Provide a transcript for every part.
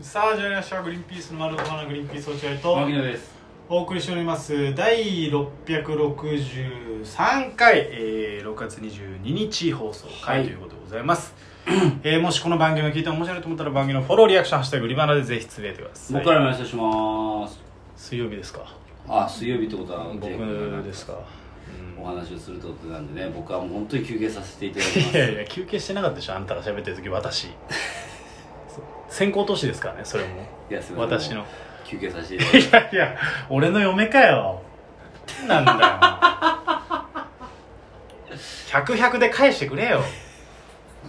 さあ始まりましたグリーンピースの丸ごはのグリーンピース落合と牧野ですお送りしております第663回、えー、6月22日放送は回いということでございます、えーもしこの番組を聞いて面白いと思ったら番組のフォローリアクション「ハッシュタグリバナ」でぜひつぶやいてください僕からもお願いします水曜日ですかあ水曜日ってことは僕ですかうんお話をするってことなんでね僕はもう本当に休憩させていただきまいやいすや休憩してなかったでしょあんたが喋ってる時 私そう先行投資ですからねそれもいやすいません私の休憩させていただきいやいや俺の嫁かよなんだよ100で返してくれよます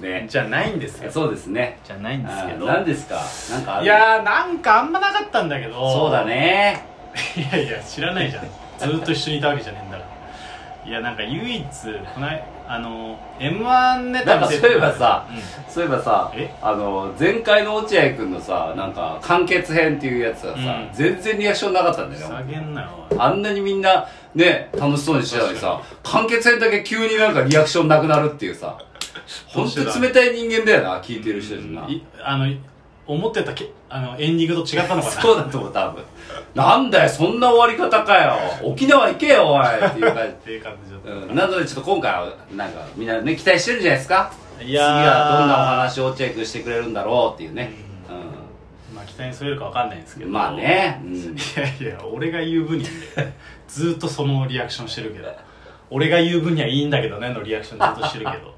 ねじゃないんですよそうですねじゃないんですけあど何ですかなんかあるいやーなんかあんまなかったんだけどそうだねいやいや知らないじゃんずーっと一緒にいたわけじゃねえんだからいやなんか唯一こないあの m 1ネタなんかそういえばさうんそういえばさえあの前回の落合君のさなんか完結編っていうやつはさ、うん全然リアクションなかったんだふよざねけんなよあんなにみんなね楽しそうにしてたのにさ完結編だけ急になんかリアクションなくなるっていうさどう本してだ当冷たい人間だよな聞いてる人たちな、おいいあの思ってたけあのエンディングと違ったのかなそうだと思う多分なんだよそんな終わり方かよ沖縄行けよおいっていう感っじ ていう感じだったうんなのでちょっと今回はなんかみんなね期待してるんじゃないですかいやー次はどんなお話をチェックしてくれるんだろうっていうね、まあ期待に添えるかわかんないんですけうどん、まあね、うんいやいや俺が言う分にはねずーっとそのリアクションしてるけど俺が言う分にはいいんだけどねのリアクションずっとしてるけ ど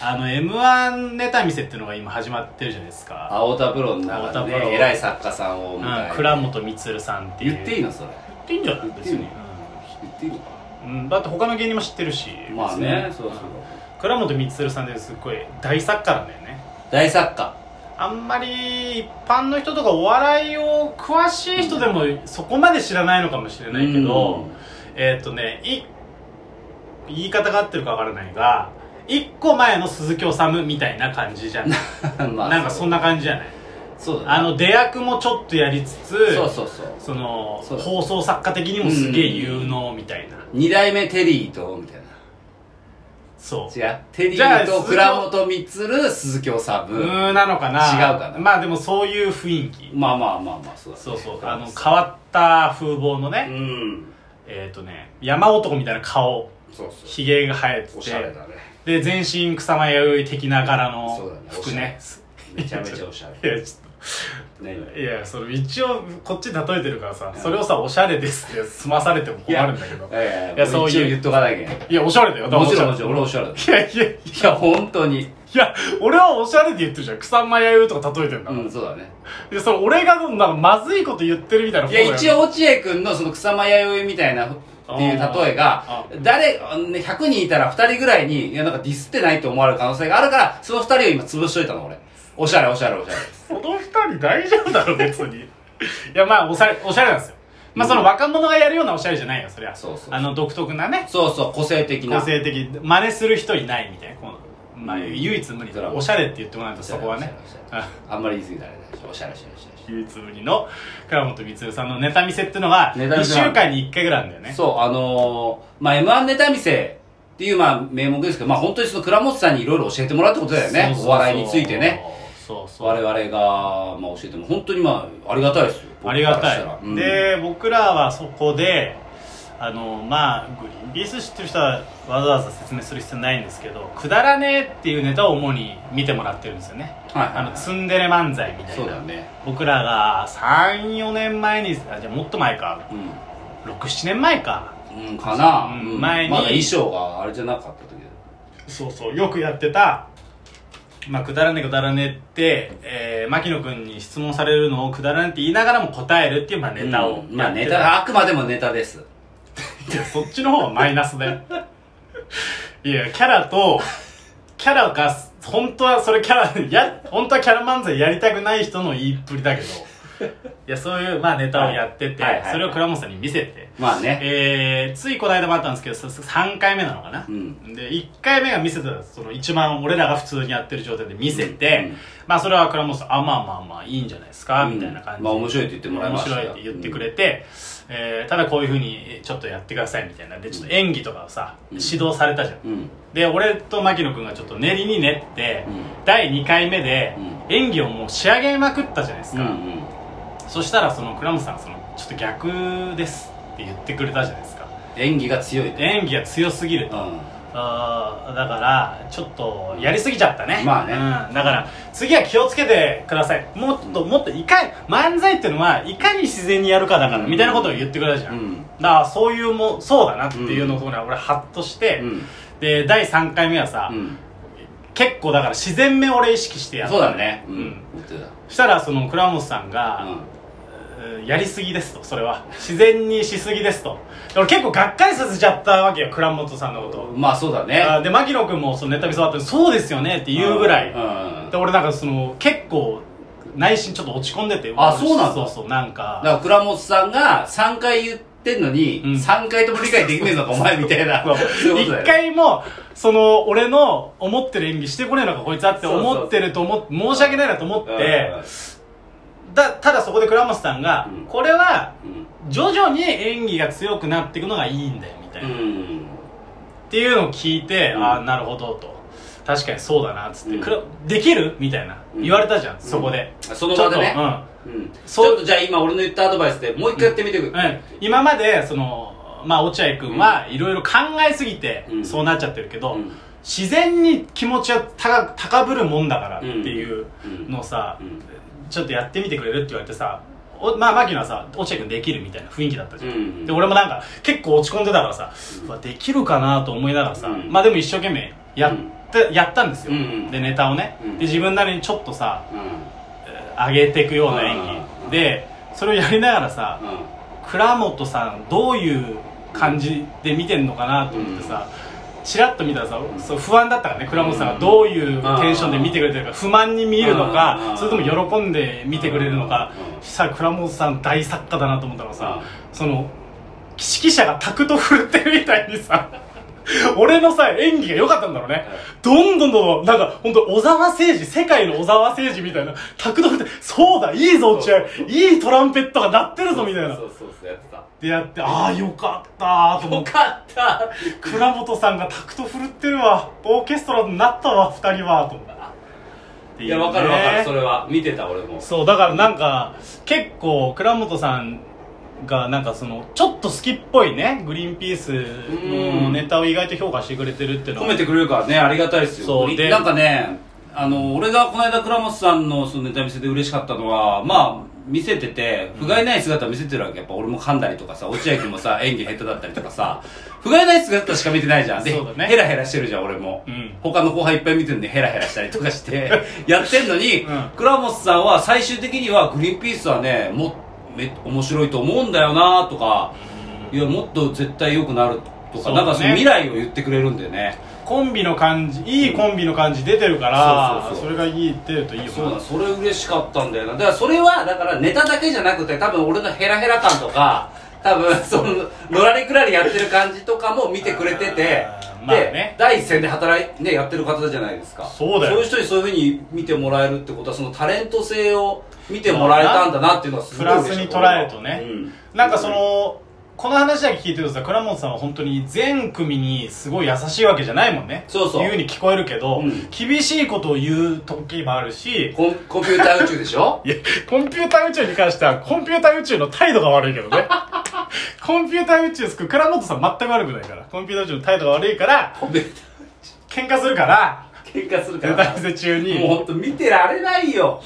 あの m 1ネタ見せっていうのが今始まってるじゃないですか、青田プロの中で青田プロね偉い作家さんをうおん、迎え倉本光さんっていう言っていいのそれ言っていいんじゃない別に言っ、言っていいのかうんうんだって他の芸人も知ってるしなまあね別そうにそう倉本光さんですっごい大作家なんだよね大作 家あんまり一般の人とかお笑いを詳しい人でもそこまで知らないのかもしれないけど、うんえーっ、とねい言い方が合ってるかわからないが一個前の鈴木治みたいな感じじゃない まあなんかそんな感じじゃないそうだねあの出役もちょっとやりつつそうそうそうそのそうだ放送作家的にもすげえ有能みたいな、二代目テリーとみたいなそう違うテリじゃあーと倉本光鈴木治うーんなのかな違うかなまあでもそういう雰囲気まあまあまあまあそうだねそうそうあの変わった風貌のね、うんえっ、とね、山男みたいな顔、そうそひげが生えてうおしゃれて、だねで、全身草間弥生的な柄そうのだね服ね。めちゃめちゃおしゃいれや、ちねょ っと、いや、それ一応、こっち例えてるからさ、それをさ、おしゃれですって済まされても困るんだけど。ええいやそういう一応言っとかなきゃいけないいや、おしゃれだよ、だからもちろんもおしちろん俺おしゃれだいゃれいやいやいや本当にや、俺はおしゃれで言ってるじゃん。草間弥生とか例えてんだうから。んそうだねで、それ俺がなんかまずいこと言ってるみたいな。いや一応落合君のその草間弥生みたいなっていう例えあがー誰あのね100人いたら2人ぐらいにいやなんかディスってないと思われる可能性があるからその2人を今潰しといたの俺おしゃれおしゃれおしゃれその二人大丈夫だろ、別に。いや、まあ、おしゃれ、おしゃれなんですよ。まあ、その若者がやるようなおしゃれじゃないよ、そりゃ。そうそうそうあの、独特なね、そうそう個性的個な性的、真似する人いないみたいな。このまあ、うん唯一無二それだ。はおしゃれって言ってもらうと、そこはね。おしゃれおしゃれああんまり言い過ぎたらあれだしおしゃれおしゃれおしゃれ唯一無二の倉本光さんのネタ見せってのが、ネタ見1せな週の間に1回ぐらいなんだよね。そう、あのー、まあ、M1 ネタ見せっていう、まあ、名目ですけど、まあ、本当にその倉本さんにいろいろ教えてもらうってことだよね。そうそうそうお笑いについてね。。そうそう。我々が、まあ、教えても、本当にまあ、ありがたいですよ。僕ありがからたしいら、うんで僕らはそこであのまあグリーンピース知ってる人はわざわざ説明する必要ないんですけど「くだらねえ」っていうネタを主に見てもらってるんですよねはいはいあはいのツンデレ漫才みたそいうだな、よね。僕らが34年前にあじゃあもっと前かう67年前かん。うん、かな。うんうん前にまだ衣装があれじゃなかった時だよそうそうよくやってた「まあ、くだらねえくだらねえ」って、えー、牧野君に質問されるのを「くだらねえ」って言いながらも答えるっていう、まあ、ネタをやってた、うんまあ、ネタ、あくまでもネタです。いやそっちの方はマイナス だよいやキャラとキャラが本当はそれキャラや本当はキャラ漫才やりたくない人の言いっぷりだけどいやそういう、まあ、ネタをやってて、はいはいはいはいそれを倉本さんに見せて、まあね。えー、ついこの間もあったんですけどさ3回目なのかな、うんで1回目が見せたその一番俺らが普通にやってる状態で見せて、うんまあそれは倉本さんあまあまあまあいいんじゃないですか、うんみたいな感じでまあ面白いって言ってもらいましたよ面白いって言ってくれて、えーただこういうふうにちょっとやってくださいみたいなでちょっと演技とかをさ、うん指導されたじゃん、うん。で俺と牧野君がちょっと練りに練って、うん第2回目で、うん演技をもう仕上げまくったじゃないですうんか、うんそしたらその倉本さんそのちょっと逆ですって言ってくれたじゃないですか演技が強いと演技が強すぎるうと、んあーだからちょっとやりすぎちゃったねまあねうん、だから次は気をつけてくださいもっともっといかに漫才っていうのはいかに自然にやるかだからみたいなことを言ってくれたじゃん、うだかんらそういうもそうだなっていうのを、俺はハッとして、うんで第3回目はさ、うん結構だから自然め俺意識してやったそうだねうんうん言ってしたらその倉本さんたうが「うんんやりすぎです」とそれは自然にしすぎですとで俺結構がっかりさせちゃったわけよ倉本さんのことをまあそうだねあで牧野君もそのネタ見せ終わったら「そうですよね」って言うぐらいうんうんで俺なんかその結構内心ちょっと落ち込んでてあそうなんだそうそうなんだかから倉本さんが3回言ってんのに、うん3回とも理解できねえのかお前みたい なそういうことだよ一回もその俺の思ってる演技してこねえのかこいつはってそうそうそう思ってると思って申し訳ないなと思ってうだただそこで倉本さんが、うんこれはんうん徐々に演技が強くなっていくのがいいんだよみたいな、うっんていうのを聞いて、うんああなるほどと確かにそうだなっつって、うんくらできるみたいなうん言われたじゃん、そこで、その場でちょねっとうんちそうょっとじゃあ今俺の言ったアドバイスでもう一回やってみてくうん、うん今までそのまあ落合君はいろいろ考えすぎてうんそうなっちゃってるけど、うん自然に気持ちは高く高ぶるもんだからっていうのをさ、うんちょっとやってみてくれるって言われてさおまあ牧野はさ落合君できるみたいな雰囲気だったじゃん、うんで俺もなんか結構落ち込んでたからさ、うんうわできるかなと思いながらさ、うんまあでも一生懸命やって、やったんですよ、うんうんでネタをね、うんで自分なりにちょっとさうんえー上げていくような演うん技でそれをやりながらさ倉本さんどういう感じで見てんのかなと思ってさ、チラッと見たらさそう不安だったからね倉本さんがどういうテンションで見てくれてるか不満に見えるのうんうかんそれとも喜んで見てくれるのかうんさ倉本さん大作家だなと思ったらさうその指揮者がタクト振るってるみたいにさ 俺のさ演技が良かったんだろうねどんどんどんどんなんか本当小沢誠治世界の小沢誠治みたいなタクト振ってそうだいいぞ落合いいトランペットが鳴ってるぞみたいなそうそうそうやってたでやってああよかったーと思よってかった倉本さんがタクト振るってるわオーケストラになったわ二人はと思っていやわかるわかるそれれは見てた俺もそうだからなんか結構倉本さんがなんかそのちょっと好きっぽいねグリーンピースのネタを意外と評価してくれてるっていうの褒はめてくれるからねありがたいですよそうでなんかねあの俺がこの間倉本さんのそのネタ見せで嬉しかったのはまあ見せてて不甲斐ない姿見せてるわけやっぱ俺も噛んだりとかさ落合君も さ演技下手だったりとかさ不甲斐ない姿しか見てないじゃんでそうだねヘラヘラしてるじゃん俺も、うん他の後輩いっぱい見てるんでヘラヘラしたりとかして やってんのに、うん倉本さんは最終的にはグリーンピースはねもっめ面白いと思うんだよなとかいやもっと絶対良くなるとか、そうだねなんかその未来を言ってくれるんだよねコンビの感じいいコンビの感じ出てるから、そうそうそうそれがいい出るといいよそうだそれ嬉しかったんだよなだからそれはだからネタだけじゃなくて多分俺のヘラヘラ感とか多分 そののらりくらりやってる感じとかも見てくれててあーまあで、ね第一線で働いねやってる方じゃないですかそうだよそういう人にそういうふうに見てもらえるってことはそのタレント性を見てもらえたんだなっていうのはすごい嬉しかったプラスに捉えるとねうんなんかその、この話だけ聞いてるとさ、倉本さんは本当に全組にすごい優しいわけじゃないもんね。そうそういう風に聞こえるけど、うん厳しいことを言う時もあるし、コンコンピューター宇宙でしょいや、コンピューター宇宙に関しては、コンピューター宇宙の態度が悪いけどね。 コンピューター宇宙すく倉本さん全く悪くないから。コンピューター宇宙の態度が悪いから、コンピュー喧嘩するから、ター喧嘩するかネらタ見せ中に。もう本当見てられないよ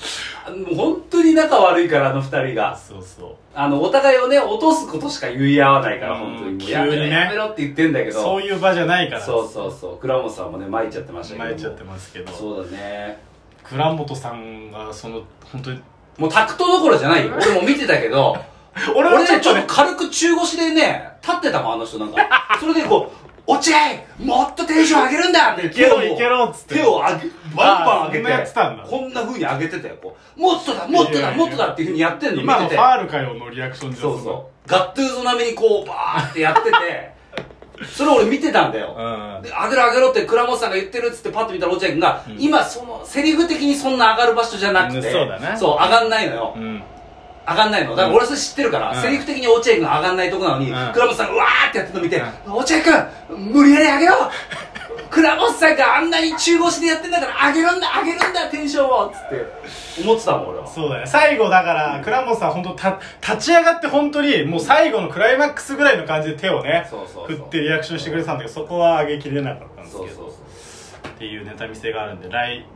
あもう本当に仲悪いからあの二人がそうそう。あのお互いをね落とすことしか言い合わないからうん本当にもう急やめろにねやめろって言ってんだけどそういう場じゃないから。そうそうそう倉本さんもね参っちゃってましたけど巻いちゃってますけど。そうだね倉本さんが、その、本当に、もうタクトどころじゃないよ俺も見てたけど 俺俺はねちょっちょとっねと、軽く中腰でね立ってたもんあの人なんかそれでこう「落合もっとテンション上げるんだ!」っていけろいけろっつって手を上げバンバン上げあーそんなやっててたんだこんな風に上げてたよこうもっとだもっといやいやだいやもっとだっていう風にやってんの見今のてフてァールかよのリアクションじゃんそうそうガットゥーゾ並みにこうバーってやって てそれ俺見てたんだよう、んで上げろ上げろって倉本さんが言ってるっつってパッと見たら落合君が、ん今そのセリフ的にそんな上がる場所じゃなくて、うんそうだねそう上がんないのよ、うん上がんないのだから俺それ知ってるから、うんセリフ的に落合君が上がんないとこなのに、うん倉本さんがうわーってやってるの見て、う落合君無理やり上げろ倉本さんがあんなに中腰でやってんだから上げるんだ上げるんだテンションをつって思ってたもん俺はそうだね最後だから倉本さん本当た立ち上がって本当にもう最後のクライマックスぐらいの感じで手をねそうそうそう振ってリアクションしてくれてたんだけどそこは上げきれなかったんですそけうどそうそうっていうネタ見せがあるんで来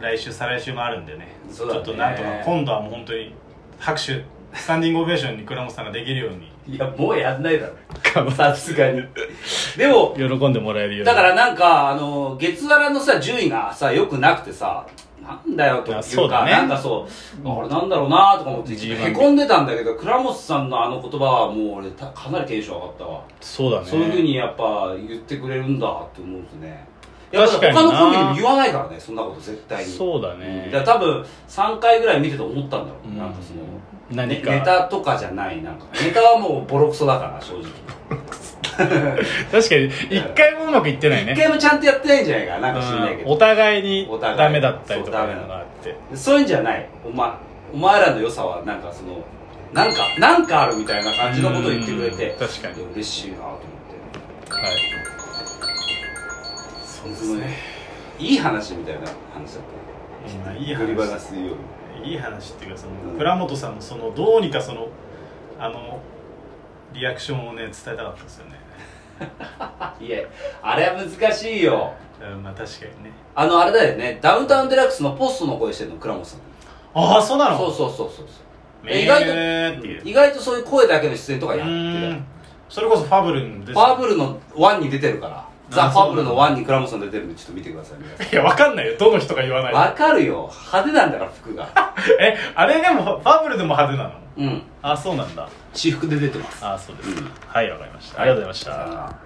来週再来週もあるんでねそうだねちょっとなんとか今度はもう本当に拍手スタンディングオベーションに倉本さんができるようにいやもうやんないだろさすがにでも喜んでもらえるようにだからなんか、あの、月柄のさ、順位がさ、良くなくてさ、なんだよというあそうか、だねなんかそう、あれなんだろうなとか思って、 G1 へこんでたんだけど、倉本さんのあの言葉はもう俺、たかなりテンション上がったわ。そうだねそういうふうにやっぱ言ってくれるんだって思うんですね。やっ確かぱにな他のコンビでも言わないからね、そんなこと絶対に。そうだうねんだから多分、3回ぐらい見てて思ったんだろう。うんなんかその、何ねかネタとかじゃない、なんか。ネタはもうボロクソだから、正直。確かに一回もうまくいってない一ね回もちゃんとやってないんじゃないかな、なんか知んないけうどん。お互いにお互いダメだったりとかそういダメうのなのがあってそういうんじゃないお,、ま、お前らの良さはなんかそのなんかなんかあるみたいな感じのことを言ってくれてうん確かにいや嬉しいなと思ってはいそのねいい話みたいな話だっまあたいい振り話するよいい話っていうかそのうん倉本さんのそのどうにかそのあのリアクションをね伝えたかったんですよねいやあれは難しいようんまあ確かにねあのあれだよねダウンタウンデラックスのポストの声してるの倉本さんああそうなのそうそうそうそうそうメ意ー外ルーってという意外とそういう声だけの出演とかうやってーるんそれこそファブルンですファブルの1に出てるからザ・ファブルのそうなん1に倉本さん出てるんでちょっと見てください皆さんいやわかんないよどの人か言わないわかるよ派手なんだから服がえあれでもファブルでも派手なのうんあそうなんだ 私服で出てますあそうですかはいわかりましたありがとうございましたさよなら